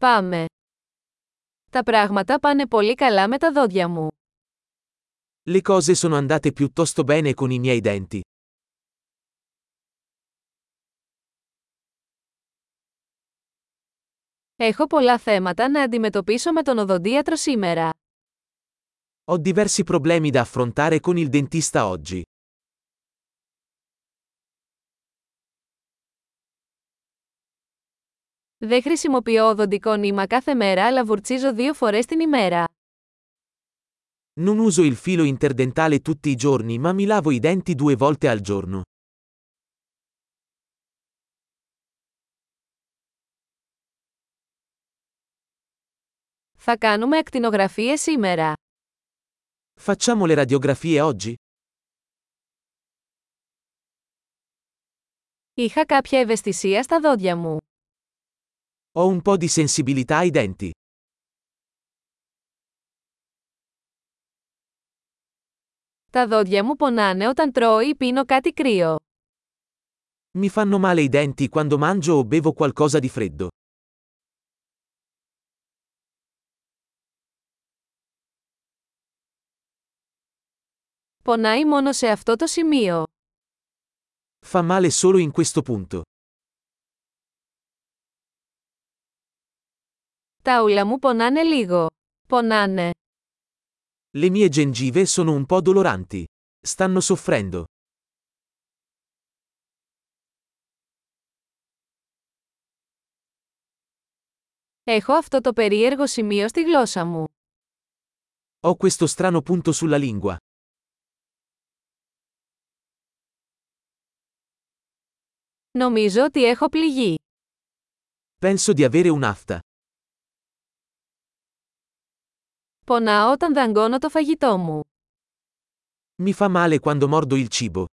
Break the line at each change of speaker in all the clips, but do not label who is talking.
Πάμε. Τα πράγματα πάνε πολύ καλά με τα δόντια μου.
Le cose sono andate piuttosto bene con i miei denti.
Έχω πολλά θέματα να αντιμετωπίσω με τον οδοντίατρο σήμερα.
Ho diversi problemi da affrontare con il dentista oggi.
Δεν χρησιμοποιώ οδοντικό νήμα κάθε μέρα αλλά βουρτσίζω δύο φορές την ημέρα.
Non uso il filo interdentale tutti i giorni ma mi lavo i denti due volte al giorno.
Θα κάνουμε ακτινογραφίες σήμερα.
Facciamo le radiografie oggi?
Είχα κάποια ευαισθησία στα δόντια μου.
Ho un po' di sensibilità ai denti.
Τα δόντια μου πονάνε όταν τρώω ή πίνω κάτι κρύο.
Mi fanno male i denti quando mangio o bevo qualcosa di freddo.
Πονάει μόνο σε αυτό το σημείο.
Fa male solo in questo punto.
Τα ούλα μου πονάνε λίγο. Πονάνε.
Le mie gengive sono un po' doloranti. Stanno soffrendo.
Έχω αυτό το περίεργο σημείο στη γλώσσα μου.
Ho questo strano punto sulla lingua.
Νομίζω ότι έχω πληγεί.
Penso di avere un'afta.
Πονάω όταν δαγκώνω το φαγητό μου.
Mi fa male quando mordo il cibo.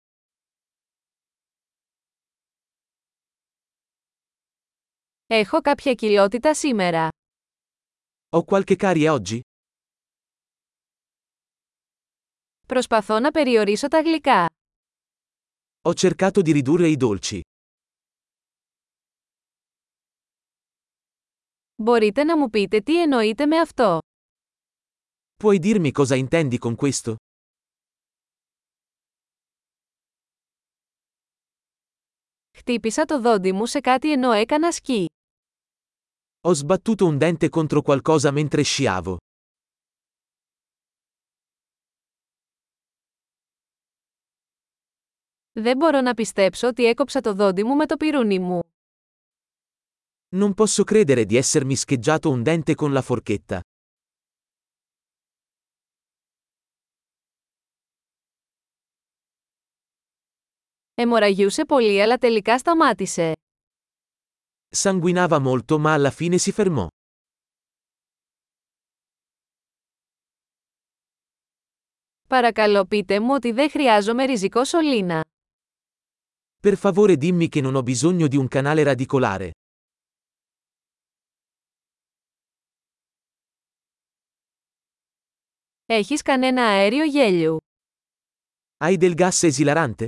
Έχω κάποια κοιλότητα σήμερα.
Ho qualche carie oggi?
Προσπαθώ να περιορίσω τα γλυκά.
Ho cercato di ridurre i dolci.
Μπορείτε να μου πείτε τι εννοείτε με αυτό.
Puoi dirmi cosa intendi con questo?
Χτύπησα το δόντι μου σε κάτι ενώ έκανα σκι.
Ho sbattuto un dente contro qualcosa mentre sciavo.
Δεν μπορώ να πιστέψω ότι έκοψα το δόντι μου με το πυρούνι μου.
Non posso credere di essermi scheggiato un dente con la forchetta.
Εμοραγιούσε πολύ αλλά τελικά σταμάτησε.
Sanguinava molto ma alla fine si fermò.
Παρακαλώ πείτε μου ότι δεν χρειάζομαι ριζικό σωλήνα.
Per favore dimmi che non ho bisogno di un canale radicolare.
Έχεις κανένα αέριο γέλιου.
Hai del gas esilarante?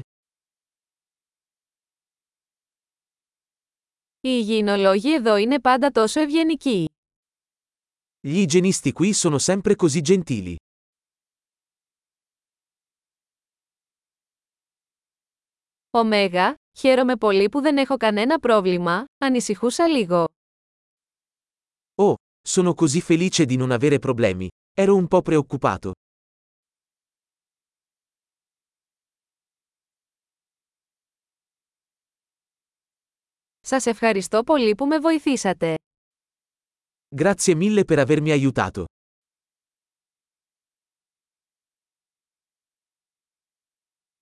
Οι υγιεινολόγοι εδώ είναι πάντα τόσο ευγενικοί.
Gli igienisti qui sono sempre così gentili.
Ωμέγα, χαίρομαι πολύ που δεν έχω κανένα πρόβλημα, ανησυχούσα λίγο.
Sono così felice di non avere problemi. Ero un po' preoccupato.
Σας ευχαριστώ πολύ που με βοηθήσατε.
Grazie mille per avermi aiutato.